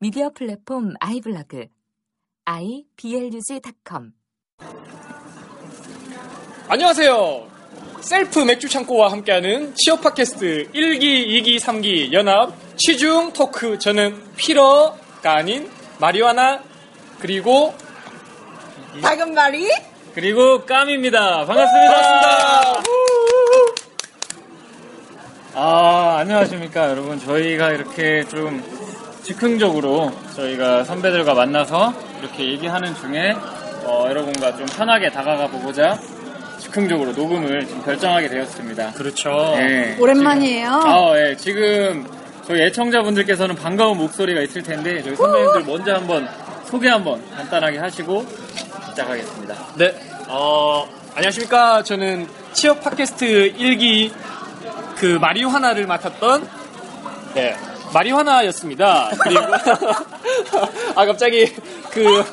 미디어 플랫폼 아이블로그 iblog.com 안녕하세요. 셀프 맥주 창고와 함께하는 취업 팟캐스트 1기, 2기, 3기 연합 취중 토크 저는 피러가 아닌 마리화나 그리고 작은 말이 그리고 깜입니다. 반갑습니다. 아, 안녕하십니까, 여러분. 저희가 이렇게 좀 즉흥적으로 저희가 선배들과 만나서 이렇게 얘기하는 중에 어, 여러분과 좀 편하게 다가가 보고자 즉흥적으로 녹음을 좀 결정하게 되었습니다. 그렇죠. 네. 어, 오랜만이에요. 아, 예. 지금 저희 애청자분들께서는 반가운 목소리가 있을 텐데 저희 선배님들 먼저 한번 소개 한번 간단하게 하시고 시작하겠습니다. 네. 어, 안녕하십니까. 저는 취업 팟캐스트 1기 그 마리화나를 맡았던 네. 마리화나였습니다. 그리고 아 갑자기 그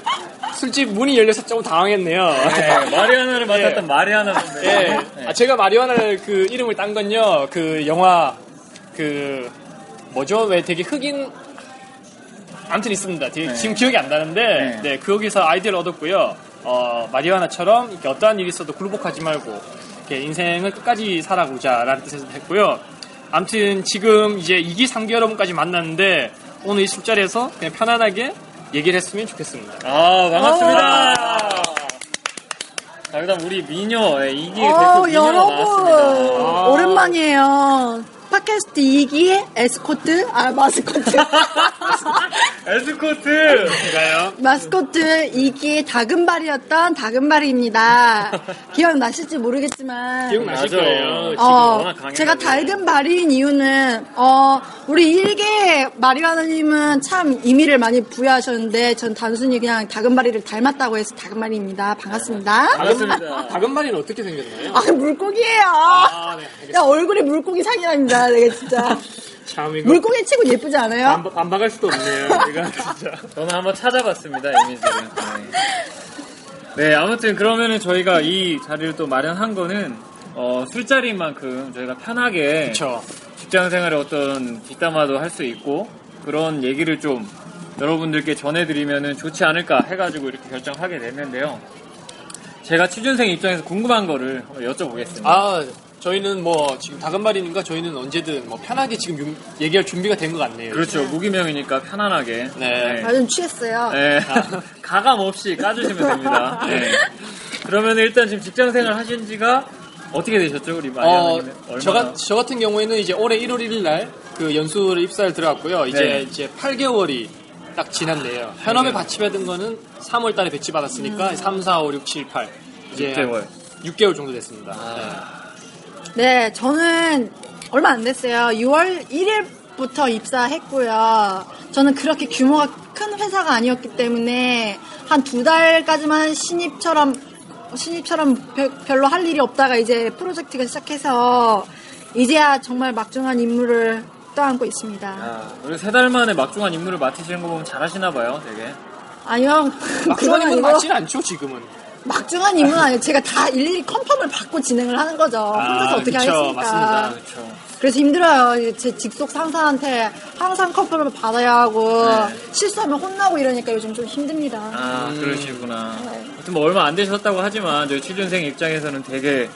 술집 문이 열려서 조금 당황했네요. 네, 마리아나를 맡았던 예. 마리아나 선배. 예. 네. 아, 제가 마리화나를 그 이름을 딴 건요. 그 영화 그 뭐죠? 왜 되게 흑인 아무튼 있습니다. 되게 네. 지금 기억이 안 나는데 네. 네, 거기서 아이디어를 얻었고요. 어, 마리화나처럼 이렇게 어떠한 일이 있어도 굴복하지 말고 이렇게 인생을 끝까지 살아보자라는 뜻에서 했고요. 아무튼 지금 이제 2기 3기 여러분까지 만났는데 오늘 이 술자리에서 그냥 편안하게 얘기를 했으면 좋겠습니다. 아, 반갑습니다. 아. 자, 그 다음 우리 미녀, 예, 이기 대표 어, 미녀 여러분 나왔습니다. 아. 오랜만이에요. 팟캐스트 2기의 에스코트 아 마스코트 에스코트! 가요? 마스코트 2기의 다금발이었던 다금발이입니다. 기억나실지 모르겠지만 기억나실 거예요. 지금 어, 워낙 강해. 제가 밝은 말인 이유는, 어, 우리 일개 마리와나님은 참 의미를 많이 부여하셨는데, 전 단순히 그냥 다금바리를 닮았다고 해서 다금바리입니다. 반갑습니다. 반갑습니다. 다금마리는 어떻게 생겼나요? 아, 물고기예요 아, 네. 야, 얼굴이 물고기 상이랍니다. 내가 진짜. 참 이거 물고기 치고 예쁘지 않아요? 안, 봐- 안 박을 수도 없네요. 제가 진짜. 저는 한번 찾아봤습니다, 이미지를. 네. 네, 아무튼 그러면은 저희가 이 자리를 또 마련한 거는, 어, 술자리인 만큼 저희가 편하게 그렇죠. 직장 생활의 어떤 뒷담화도 할 수 있고 그런 얘기를 좀 여러분들께 전해드리면 좋지 않을까 해가지고 이렇게 결정하게 됐는데요. 제가 취준생 입장에서 궁금한 거를 여쭤보겠습니다. 아 저희는 뭐 지금 다금마리니까 저희는 언제든 뭐 편하게 지금 유- 얘기할 준비가 된 것 같네요. 그렇죠. 무기명이니까 편안하게. 네. 아, 좀 취했어요. 네. 가감 없이 까주시면 됩니다. 네. 그러면 일단 지금 직장 생활 하신 지가 어떻게 되셨죠? 우리 어, 마리아님 얼마나? 저, 같- 저 같은 경우에는 이제 올해 1월 1일 날 그 연수를 입사를 들어갔고요. 이제 네. 이제 8개월이 딱 지났네요. 현업에 받침받은 거는 3월 달에 배치 받았으니까 3, 4, 5, 6, 7, 8. 이제 음. 6개월. 아. 6개월 정도 됐습니다. 네, 저는 얼마 안 됐어요. 6월 1일부터 입사했고요. 저는 그렇게 규모가 큰 회사가 아니었기 때문에 한 두 달까지만 신입처럼 신입처럼 별- 별로 할 일이 없다가 이제 프로젝트가 시작해서 이제야 정말 막중한 임무를 떠안고 있습니다. 아, 우리 세 달 만에 막중한 임무를 맡으시는 거 보면 잘하시나 봐요, 되게. 아니요, 그건 막중한 건 아니고 맞지는 않죠 지금은. 막중한 임무는 아니에요. 제가 다 일일이 컨펌을 받고 진행을 하는 거죠. 혼자서 어떻게 아, 그쵸, 하겠습니까? 맞습니다. 그렇죠. 그래서 힘들어요. 제 직속 상사한테 항상 컨펌을 받아야 하고 네. 실수하면 혼나고 이러니까 요즘 좀 힘듭니다. 아 그러시구나. 아무튼 뭐 얼마 안 되셨다고 하지만 저희 취준생 입장에서는 되게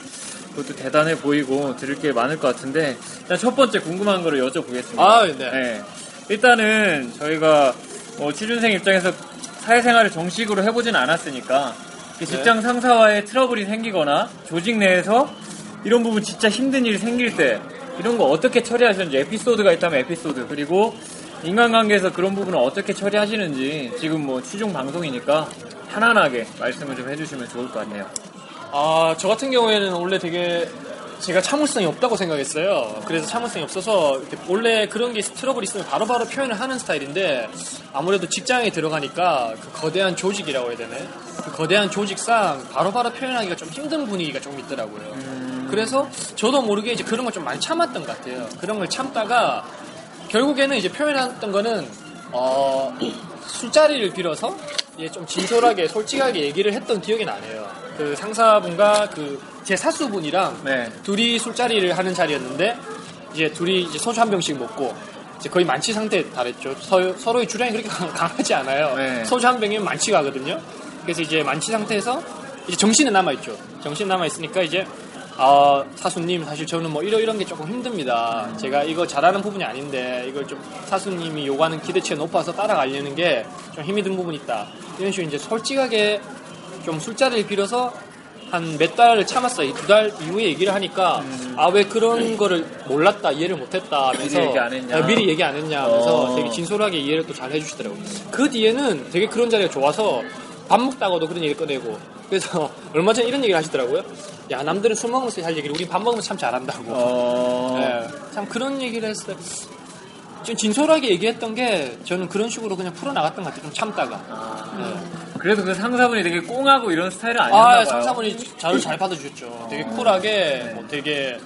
그것도 대단해 보이고 들을 게 많을 것 같은데 일단 첫 번째 궁금한 거를 여쭤보겠습니다. 아, 네. 일단은 저희가 뭐 취준생 입장에서 사회생활을 정식으로 해보진 않았으니까 그 네. 직장 상사와의 트러블이 생기거나 조직 내에서 이런 부분 진짜 힘든 일이 생길 때 이런 거 어떻게 처리하시는지 에피소드가 있다면 에피소드 그리고 인간관계에서 그런 부분을 어떻게 처리하시는지 지금 뭐 취중 방송이니까 편안하게 말씀을 좀 해주시면 좋을 것 같네요. 아, 저 같은 경우에는 원래 되게 제가 참을성이 없다고 생각했어요. 그래서 참을성이 없어서 이렇게 원래 그런 게 트러블 있으면 바로바로 표현을 하는 스타일인데 아무래도 직장에 들어가니까 그 거대한 조직이라고 해야 되네. 그 거대한 조직상 바로바로 표현하기가 좀 힘든 분위기가 좀 있더라고요. 그래서 저도 모르게 이제 그런 걸 좀 많이 참았던 것 같아요. 그런 걸 참다가 결국에는 이제 표현했던 거는 어, 술자리를 빌어서 예, 좀 진솔하게 솔직하게 얘기를 했던 기억이 나네요. 그 상사분과 그 제 사수분이랑 네. 둘이 술자리를 하는 자리였는데 이제 둘이 이제 소주 한 병씩 먹고 이제 거의 만취 상태에 달했죠. 서, 로의 주량이 그렇게 강- 강하지 않아요. 네. 소주 한 병이면 만취가 하거든요. 그래서 이제 만취 상태에서 이제 정신은 남아 있죠. 정신 남아 있으니까 이제 아, 사수님 사실 저는 뭐 이런 이런 게 조금 힘듭니다. 제가 이거 잘하는 부분이 아닌데 이걸 좀 사수님이 요구하는 기대치가 높아서 따라가려는 게 좀 힘이 든 부분이 있다. 이런 식으로 이제 솔직하게 좀 술자리를 빌어서 한 몇 달을 참았어요. 두 달 이후에 얘기를 하니까 아 왜 그런 거를 몰랐다 이해를 못했다 하면서 음. 미리 얘기 안 했냐. 아, 미리 얘기 안 했냐 하면서 어. 되게 진솔하게 이해를 또 잘 해주시더라고요. 그 뒤에는 되게 그런 자리가 좋아서 밥 먹다가도 그런 얘기 꺼내고 그래서 얼마 전에 이런 얘기를 하시더라고요. 야 남들은 술 먹으면서 할 얘기를 우리 밥 먹으면 참 잘한다고. 어. 예, 참 그런 얘기를 했어요. 좀 진솔하게 얘기했던 게 저는 그런 식으로 그냥 풀어나갔던 것 같아요. 좀 참다가. 그래도 그 상사분이 되게 꽁하고 이런 스타일은 아니었나 봐요. 아, 상사분이 자료 잘 받아주셨죠. 되게 쿨하게, 뭐 되게,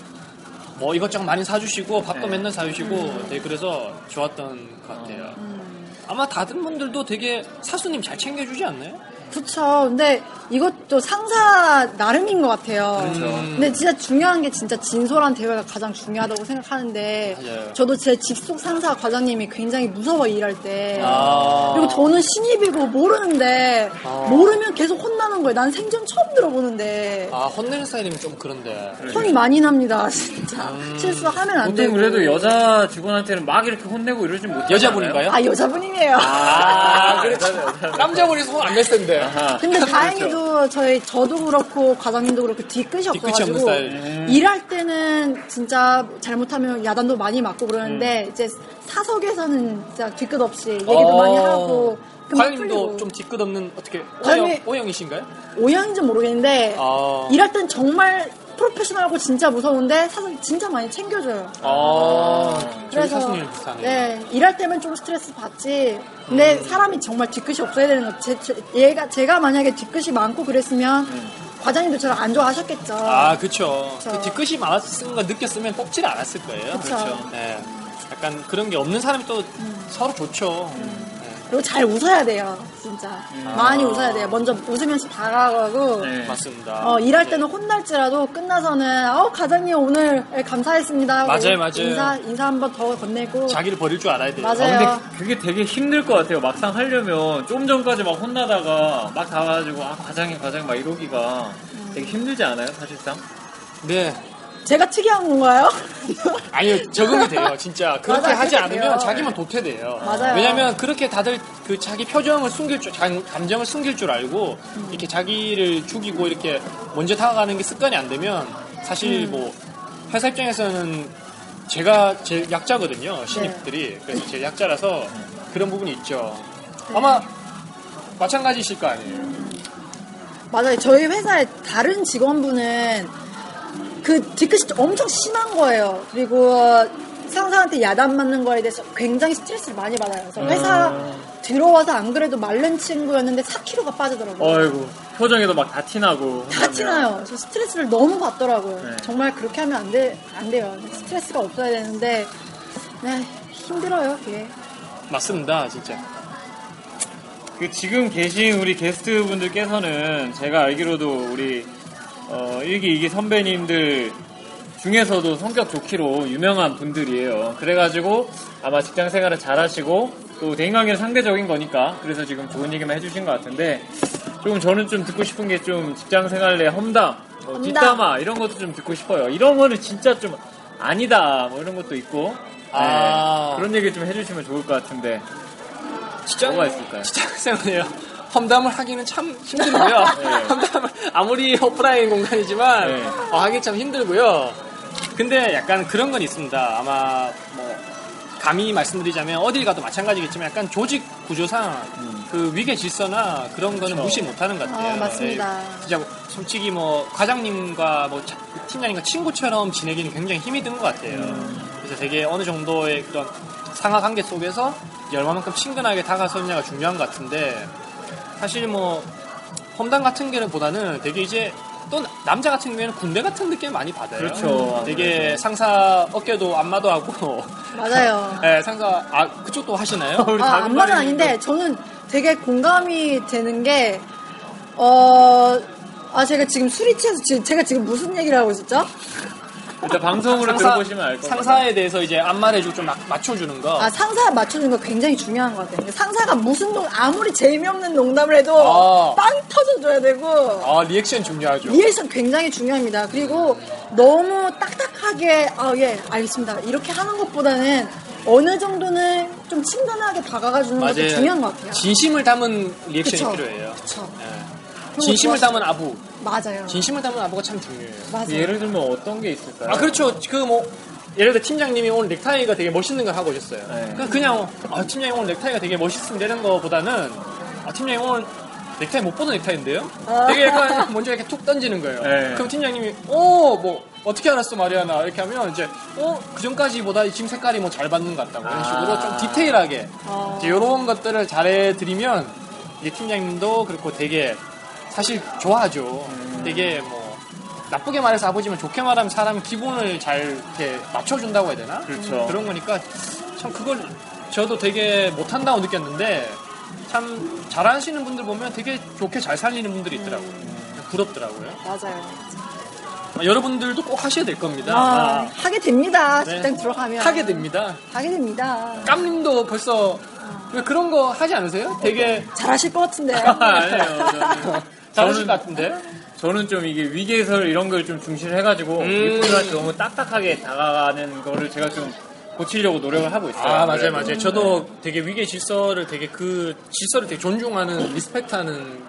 뭐 이것저것 많이 사주시고, 밥도 네. 맨날 사주시고, 되게 그래서 좋았던 것 같아요. 음. 아마 다른 분들도 되게 사수님 잘 챙겨주지 않나요? 그쵸. 근데 이것도 상사 나름인 것 같아요. 근데 진짜 중요한 게 진짜 진솔한 대화가 가장 중요하다고 생각하는데 맞아요. 저도 제 직속 상사 과장님이 굉장히 무서워 일할 때 아. 그리고 저는 신입이고 모르는데 아. 모르면 계속 혼나는 거예요. 난 생전 처음 들어보는데 아, 혼내는 스타일이면 좀 그런데. 그렇죠. 혼이 많이 납니다. 진짜 음. 실수하면 안 보통 되고. 그래도 여자 직원한테는 막 이렇게 혼내고 이러지 못해요. 네. 여자분인가요? 아 여자분이에요. 아, 그래. 그렇죠. 남자분이 소문 안낼 텐데. 근데 다행히도 저희 저도 그렇고 과장님도 그렇고 뒤끝이 뒤끝이 없는 없어가지고 스타일. 음. 일할 때는 진짜 잘못하면 야단도 많이 맞고 그러는데 이제 사석에서는 진짜 뒤끝 없이 얘기도 음. 어. 많이 하고 금방 과장님도 풀리고. 좀 뒤끝 없는, 어떻게, 과장님- 오영, 오영이신가요? 오양인지 모르겠는데 아. 일할 땐 정말 프로페셔널하고 진짜 무서운데 사실 진짜 많이 챙겨줘요. 아, 저희 사수님 비슷하네요. 음. 네, 일할 때면 좀 스트레스 받지. 근데 사람이 정말 뒤끝이 없어야 되는 거. 제, 제- 얘가 제가 만약에 뒤끝이 많고 그랬으면 과장님도 저를 안 좋아하셨겠죠. 음. 아, 그쵸. 그쵸. 그 뒤끝이 많았은 걸 느꼈으면 뽑지를 않았을 거예요. 그쵸. 음. 그렇죠. 네. 약간 그런 게 없는 사람이 또 서로 좋죠. 네, 그리고 잘 웃어야 돼요, 진짜. 음. 아. 많이 웃어야 돼요. 먼저 웃으면서 다가가고. 네. 맞습니다. 어, 일할 네. 때는 혼날지라도 끝나서는 어 과장님 오늘 감사했습니다. 하고 맞아요, 맞아요. 인사 인사 한 번 더 건네고. 자기를 버릴 줄 알아야 돼요. 맞아요. 근데 그게 되게 힘들 것 같아요. 막상 하려면 좀 전까지 막 혼나다가 막 다가가지고 아 과장님 과장님 막 이러기가 되게 힘들지 않아요 사실상? 네. 제가 특이한 건가요? 아니요, 적응이 돼요, 진짜. 그렇게 맞아요, 하지 그렇게 돼요. 않으면 자기만 도태돼요. 맞아요. 왜냐면 그렇게 다들 그 자기 표정을 숨길 줄, 장- 감정을 숨길 줄 알고 음. 이렇게 자기를 죽이고 이렇게 먼저 다가가는 게 습관이 안 되면 사실 음. 뭐 회사 입장에서는 제가 제 네. 약자거든요, 신입들이. 그래서 제 약자라서 그런 부분이 있죠. 네. 아마 마찬가지실 거 아니에요. 맞아요. 저희 회사의 다른 직원분은 그 뒤끝이 엄청 심한 거예요. 그리고 상사한테 야단 맞는 거에 대해서 굉장히 스트레스를 많이 받아요. 그래서 회사 들어와서 안 그래도 마른 친구였는데 4kg가 빠지더라고요. 어이구 표정에도 막 다 티나고 다 티나요. 저 스트레스를 너무 받더라고요. 네. 정말 그렇게 하면 안, 돼, 안 돼요. 스트레스가 없어야 되는데, 네, 힘들어요, 그게. 맞습니다, 진짜. 그 지금 계신 우리 게스트 분들께서는 제가 알기로도 우리 어, 일기 이기 선배님들 중에서도 성격 좋기로 유명한 분들이에요. 그래가지고 아마 직장 생활을 잘하시고 또 대인 관계는 상대적인 거니까 그래서 지금 좋은 얘기만 해주신 것 같은데 조금 저는 좀 듣고 싶은 게 좀 직장 생활의 험담, 뭐 험담. 뒷담화 이런 것도 좀 듣고 싶어요. 이런 거는 진짜 좀 아니다 뭐 이런 것도 있고 네, 아. 그런 얘기 좀 해주시면 좋을 것 같은데 직장 뭐가 있을까요? 직장생활이요. 험담을 하기는 참 힘들고요. 험담을 아무리 오프라인 공간이지만 네. 어, 하기 참 힘들고요. 근데 약간 그런 건 있습니다. 아마 뭐 감히 말씀드리자면 어딜 가도 마찬가지겠지만 약간 조직 구조상 음. 그 위계 질서나 그런 거는 그렇죠. 무시 못하는 것 같아요. 아, 맞습니다. 예, 진짜 솔직히 뭐 과장님과 뭐 차- 팀장님과 친구처럼 지내기는 굉장히 힘이 든 것 같아요. 음. 그래서 되게 어느 정도의 그런 상하 관계 속에서 이제 얼마만큼 친근하게 다가서느냐가 중요한 것 같은데 사실 뭐 험담 같은 경우보다는 되게 이제 또 남자 같은 경우에는 군대 같은 느낌 많이 받아요. 그렇죠. 되게 상사 어깨도 안마도 하고 맞아요. 예, 상사 아 그쪽도 하시나요? 우리 아, 다른 안마는 말이 있는데. 아닌데 저는 되게 공감이 되는 게 어. 아, 제가 지금 술이 취해서 지금 제가 지금 무슨 얘기를 하고 있었죠? 일단 방송으로 들어보시면 알 겁니다. 아, 상사에 대해서 이제 안마를 해주고 좀 막- 맞춰주는 거. 아, 상사에 맞춰주는 거 굉장히 중요한 것 같아요. 상사가 무슨 농, 아무리 재미없는 농담을 해도 아. 빵 터져줘야 되고. 아, 리액션 중요하죠. 리액션 굉장히 중요합니다. 그리고 너무 딱딱하게 아 예 알겠습니다 이렇게 하는 것보다는 어느 정도는 좀 친근하게 다가가 주는 것도 중요한 것 같아요. 진심을 담은 리액션이 그쵸. 필요해요. 그쵸. 예. 그런 진심을 거 좋아하시죠? 담은 아부. 맞아요. 진심을 담은 아부가 참 중요해요. 맞아요. 예를 들면 어떤 게 있을까요? 아 그렇죠. 그 뭐 예를 들어 팀장님이 오늘 넥타이가 되게 멋있는 걸 하고 오셨어요. 네. 그- 그냥 아, 팀장님 오늘 넥타이가 되게 멋있습니다 이런 거보다는 아, 팀장님 오늘 넥타이 못 보던 넥타이인데요? 되게 약간 먼저 이렇게 툭 던지는 거예요. 네. 그럼 팀장님이 어 뭐 어떻게 알았어 마리아나 이렇게 하면 이제 어그 전까지보다 지금 색깔이 뭐 잘 받는 것 같다고 이런 식으로 아. 좀 디테일하게 어. 이제 이런 것들을 잘해드리면 이제 팀장님도 그렇고 되게 사실 좋아하죠. 음. 되게 뭐 나쁘게 말해서 아버지면 좋게 말하면 사람 기분을 잘 이렇게 맞춰준다고 해야 되나? 음, 그렇죠. 그런 거니까 참 그걸 저도 되게 못한다고 느꼈는데 참 잘하시는 분들 보면 되게 좋게 잘 살리는 분들이 있더라고요. 음. 부럽더라고요. 맞아요. 여러분들도 꼭 하셔야 될 겁니다. 아, 하게 됩니다. 네. 직장 들어가면 하게 됩니다. 하게 됩니다. 깜님도 벌써 왜 그런 거 하지 않으세요? 되게 잘하실 것 네. 같은데. 아, 네. 아니에요. 저는- 잘하실 저는- 것 같은데? 저는 좀 이게 위계설 이런 걸 좀 중시를 해가지고 음. 리포트한테 너무 딱딱하게 다가가는 거를 제가 좀 고치려고 노력을 하고 있어요. 네. 아 맞아요 그래도. 맞아요. 저도 되게 위계 질서를 되게 그 질서를 되게 존중하는 리스펙트하는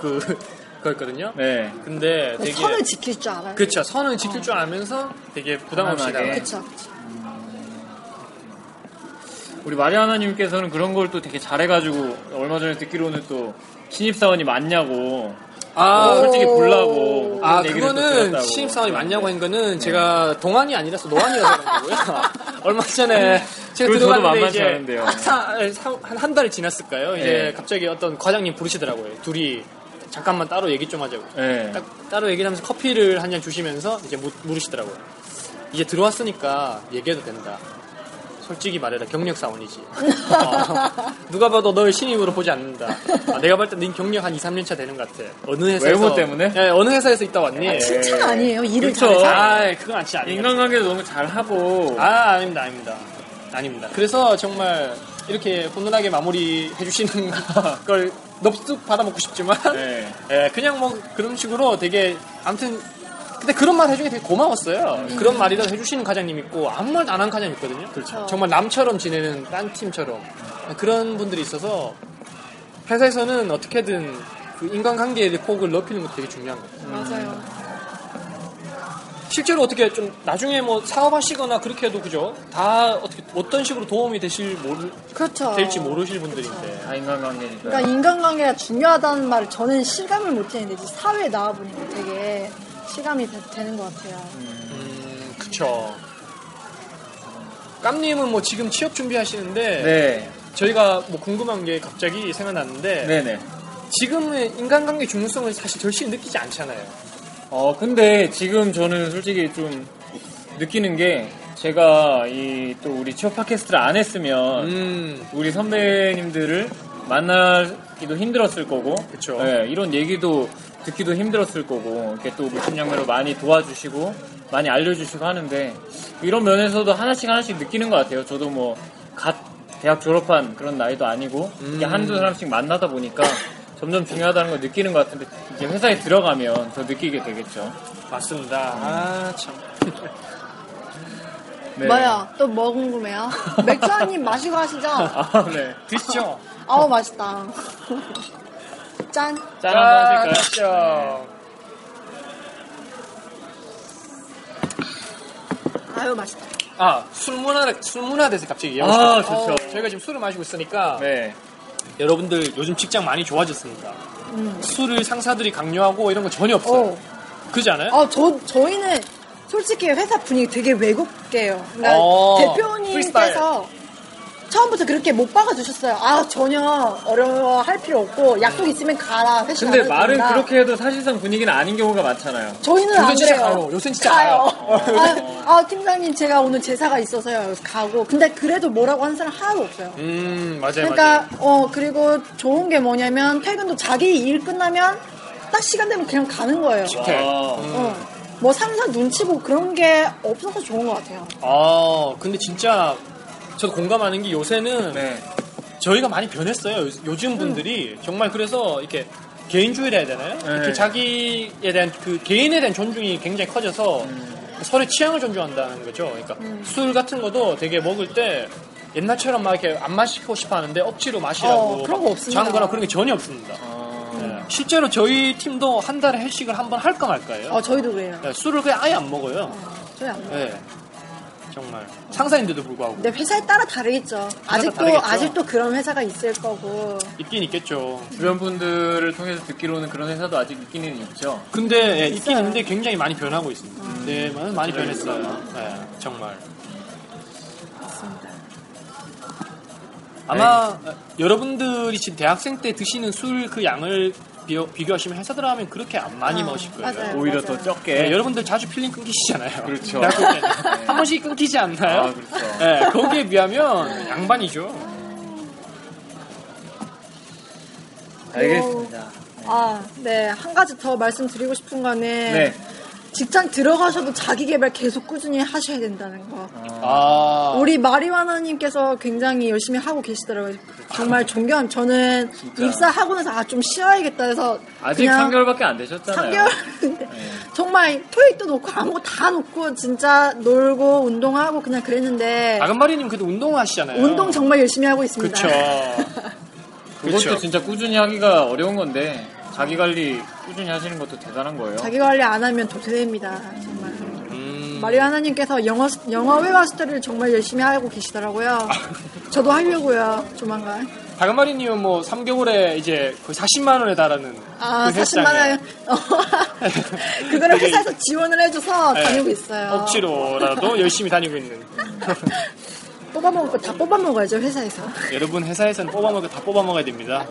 그 거였거든요. 네. 근데 되게 선을 지킬 줄 알아요. 그쵸 선을 지킬 줄 알면서 되게 부담 없이 편안하게. 나가요. 그쵸. 우리 마리아나님께서는 그런 걸 또 되게 잘해가지고 얼마 전에 듣기로는 또 신입사원이 맞냐고 뭐 아, 오. 솔직히 불라고 그런 아 얘기를 또 그거는 들었다고. 네. 신입사원이 맞냐고 한 거는 제가 동안이 아니라서 노안이라서 그런 거고요. 얼마 전에 제가 그건 저도 들어갔는데 만만치 이제 않은데요. 한한 달이 지났을까요? 이제 네. 갑자기 어떤 과장님 부르시더라고요. 둘이 잠깐만 따로 얘기 좀 하자고. 네. 딱 따로 얘기를 하면서 커피를 한 잔 주시면서 이제 무, 물으시더라고요. 이제 들어왔으니까 얘기해도 된다. 솔직히 말해라 경력 사원이지. 어, 누가 봐도 널 신입으로 보지 않는다. 아, 내가 볼 땐 닌 경력 한 2, 3년 차 되는 것 같아. 어느 회사에서 외모 때문에? 예, 어느 회사에서 있다 왔니? 아, 칭찬 아니에요. 일을 그쵸. 잘해. 아, 그건 아니지 아닙니다. 인간관계도 너무 잘하고 아, 아닙니다, 아닙니다, 아닙니다. 그래서 정말 이렇게 훈훈하게 마무리 해주시는 걸 넙죽 받아먹고 싶지만 네. 예, 그냥 뭐 그런 식으로 되게 아무튼 근데 그런 말 해주기 되게 고마웠어요. 그런 말이라도 해주시는 과장님 있고 아무 말도 안 한 과장님 있거든요. 음. 어. 그렇죠. 정말 남처럼 지내는 딴 팀처럼 그런 분들이 있어서 회사에서는 어떻게든 그 인간관계의 폭을 넓히는 것도 되게 중요한 거예요. 맞아요. 실제로 어떻게 좀 나중에 뭐 사업하시거나 그렇게 해도 그죠? 다 어떻게 어떤 식으로 도움이 되실 모르, 아. 그렇죠. 될지 모르실 분들인데. 다 인간관계니까 그러니까 인간관계가 중요하다는 말을 저는 실감을 못 했는데 이제 사회에 나와 보니까 되게 실감이 되- 되는 것 같아요. 음, 그쵸. 깜님은 뭐 지금 취업 준비하시는데 네. 저희가 뭐 궁금한 게 갑자기 생각났는데 네네. 지금은 인간관계 중요성을 사실 절실히 느끼지 않잖아요. 어, 근데 지금 저는 솔직히 좀 느끼는 게 제가 이 또 우리 취업 팟캐스트를 안 했으면 음, 우리 선배님들을 만나기도 힘들었을 거고, 그쵸. 예, 이런 얘기도 듣기도 힘들었을 거고, 이렇게 또 물심양면으로 많이 도와주시고, 많이 알려주시고 하는데 이런 면에서도 하나씩 하나씩 느끼는 것 같아요. 저도 뭐 갓 대학 졸업한 그런 나이도 아니고 이게 음. 한두 사람씩 만나다 보니까 점점 중요하다는 걸 느끼는 것 같은데 이제 회사에 들어가면 더 느끼게 되겠죠. 맞습니다. 아, 참. 네. 뭐야? 또 뭐 궁금해요? 맥주 한 입 마시고 하시죠? 아, 네. 드시죠. 아우 맛있다. 짠 짠. 한번 하실까요? 드시죠. 아유 맛있다. 아, 술 문화, 술 문화 대해서 갑자기 얘기하고 네. 아, 싶어요. 좋죠. 어, 저희가 지금 술을 마시고 있으니까 네. 여러분들 요즘 직장 많이 좋아졌습니다. 술을 상사들이 강요하고 이런 거 전혀 없어요. 음. 어. 그지 않아요? 어, 저, 저희는 솔직히 회사 분위기 되게 외국게요. 그러니까 어, 대표님께서 처음부터 그렇게 못 박아주셨어요. 아, 전혀 어려워할 필요 없고, 약속 있으면 가라, 회식 안 근데 해도 말은 된다. 그렇게 해도 사실상 분위기는 아닌 경우가 많잖아요. 저희는 요새 안 진짜 그래요. 가요. 요새 진짜 가요. 아, 아, 팀장님, 제가 오늘 제사가 있어서요. 그래서 가고. 근데 그래도 뭐라고 하는 사람 하나도 없어요. 음, 맞아요. 맞아요. 그러니까, 어, 그리고 좋은 게 뭐냐면, 퇴근도 자기 일 끝나면, 딱 시간 되면 그냥 가는 거예요. 네. 와. 어, 뭐 상사 눈치 보고 그런 게 없어서 좋은 것 같아요. 아, 근데 진짜 저도 공감하는 게 요새는 네. 저희가 많이 변했어요. 요- 음. 요즘 분들이 정말 그래서 이렇게 개인주의라 해야 되나요? 네. 이렇게 자기에 대한 그 개인에 대한 존중이 굉장히 커져서 서로의 취향을 존중한다는 거죠. 그러니까 음. 술 같은 것도 되게 먹을 때 옛날처럼 막 이렇게 안 마시고 싶어 하는데 억지로 마시라고 어, 그런 거 막 없습니다. 장거나 그런 게 전혀 없습니다. 어. 네. 실제로 저희 팀도 한 달에 회식을 한 번 할까 말까요? 어, 저희도 그래요. 네, 술을 그냥 아예 안 먹어요. 저희 안 그래요. 네. 정말 상사인데도 불구하고 근데 회사에 따라 다르겠죠. 아직도 다르겠죠. 아직도 그런 회사가 있을 거고. 있긴 있겠죠. 주변 분들을 통해서 듣기로는 그런 회사도 아직 있기는 있죠. 근데 예, 있긴 있는데 굉장히 많이 변하고 있습니다. 음. 네, 많이, 많이 변했어요. 아. 예, 정말. 아마 네. 어, 여러분들이 지금 대학생 때 드시는 술 그 양을 비교, 비교하시면 회사들 하면 그렇게 안 많이 아, 마실 거예요. 맞아요. 오히려 맞아요. 더 적게. 예, 여러분들 자주 필링 끊기시잖아요. 그렇죠. 대학교 때는. 한 번씩 끊기지 않나요? 아, 그렇죠. 예, 거기에 비하면 양반이죠. 알겠습니다. 아, 네. 한 가지 더 말씀드리고 싶은 거는 네. 직장 들어가셔도 자기 개발 계속 꾸준히 하셔야 된다는 거. 아, 우리 마리와나님께서 굉장히 열심히 하고 계시더라고요. 정말 존경. 저는 입사하고 나서 아 좀 쉬어야겠다 해서 아직 그냥 3개월밖에 안 네. 되셨잖아요. 3개월인데 정말 토익도 놓고 아무거 다 놓고 진짜 놀고 운동하고 그냥 그랬는데 아금마리님 그래도 운동하시잖아요. 운동 정말 열심히 하고 있습니다. 그쵸. 그것도 그쵸. 진짜 꾸준히 하기가 어려운 건데 자기 관리 꾸준히 하시는 것도 대단한 거예요. 자기 관리 안 하면 도태됩니다. 정말. 음, 마리오 하나님께서 영어 영어 회화 스토리를 정말 열심히 하고 계시더라고요. 아. 저도 하려고요. 조만간. 다금마리님은 뭐 3개월에 이제 거의 40만 원에 달하는 아, 그 40만 헬스장에 원. 그거를 회사에서 지원을 해줘서 네. 다니고 있어요. 억지로라도 열심히 다니고 있는 뽑아 먹을 거 다 뽑아 먹어야죠 회사에서. 여러분 회사에서는 뽑아먹을 다 뽑아먹어야 됩니다.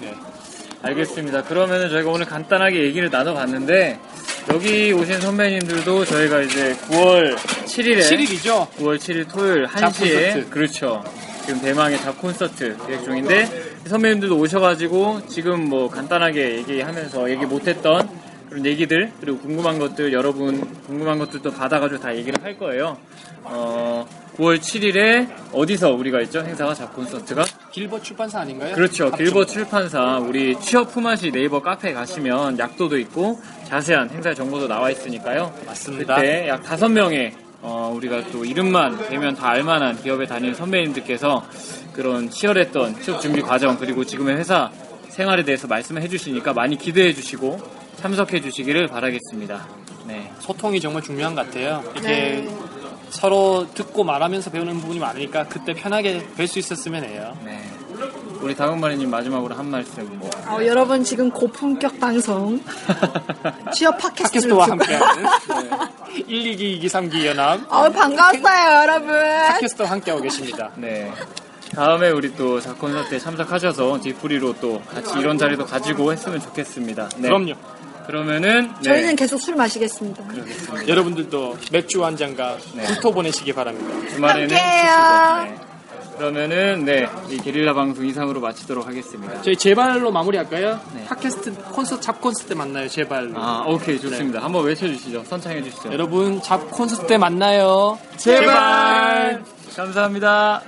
네. 알겠습니다. 그러면은 저희가 오늘 간단하게 얘기를 나눠봤는데 여기 오신 선배님들도 저희가 이제 9월 7일에 7일이죠? 9월 7일 토요일 잡 1시에 콘서트. 그렇죠. 지금 대망의 잡 콘서트 기획 중인데 이 선배님들도 오셔가지고 지금 뭐 간단하게 얘기하면서 얘기 못했던 그런 얘기들 그리고 궁금한 것들 여러분 궁금한 것들도 받아가지고 다 얘기를 할 거예요. 어, 9월 7일에 어디서 우리가 있죠 행사가 잡 콘서트가 길버 출판사 아닌가요? 그렇죠. 합주. 길버 출판사 우리 취업 품앗이 네이버 카페에 가시면 약도도 있고 자세한 행사 정보도 나와 있으니까요. 맞습니다. 그때 네, 약 다섯 명의 어, 우리가 또 이름만 되면 다 알만한 기업에 다니는 선배님들께서 그런 치열했던 취업 준비 과정 그리고 지금의 회사 생활에 대해서 말씀해 주시니까 많이 기대해 주시고 참석해 주시기를 바라겠습니다. 네. 소통이 정말 중요한 것 같아요. 이게 네. 서로 듣고 말하면서 배우는 부분이 많으니까 그때 편하게 뵐 수 있었으면 해요. 네. 우리 다금마리님 마지막으로 한 말씀 뭐. 어, 여러분 지금 고품격 방송 취업 팟캐스트 팟캐스트와 함께하는 1, 2기, 2기, 3기 연합 어, 반가웠어요 여러분. 팟캐스트와 함께하고 계십니다. 네. 다음에 우리 또 자콘사 때 참석하셔서 뒤풀이로 또 같이 이런 자리도 가지고 했으면 좋겠습니다. 네. 그럼요. 그러면은 네. 저희는 계속 술 마시겠습니다. 여러분들도 맥주 한 잔과 네. 구토 보내시기 바랍니다. 주말에는 함께해요. 쉬시고, 네. 그러면은 네. 이 게릴라 방송 이상으로 마치도록 하겠습니다. 저희 제발로 마무리할까요? 네. 팟캐스트 콘서트 잡 콘서트 때 만나요. 제발로. 아, 오케이. 좋습니다. 한번 외쳐 주시죠. 선창해 주시죠. 네. 여러분 잡 콘서트 때 만나요. 감사합니다.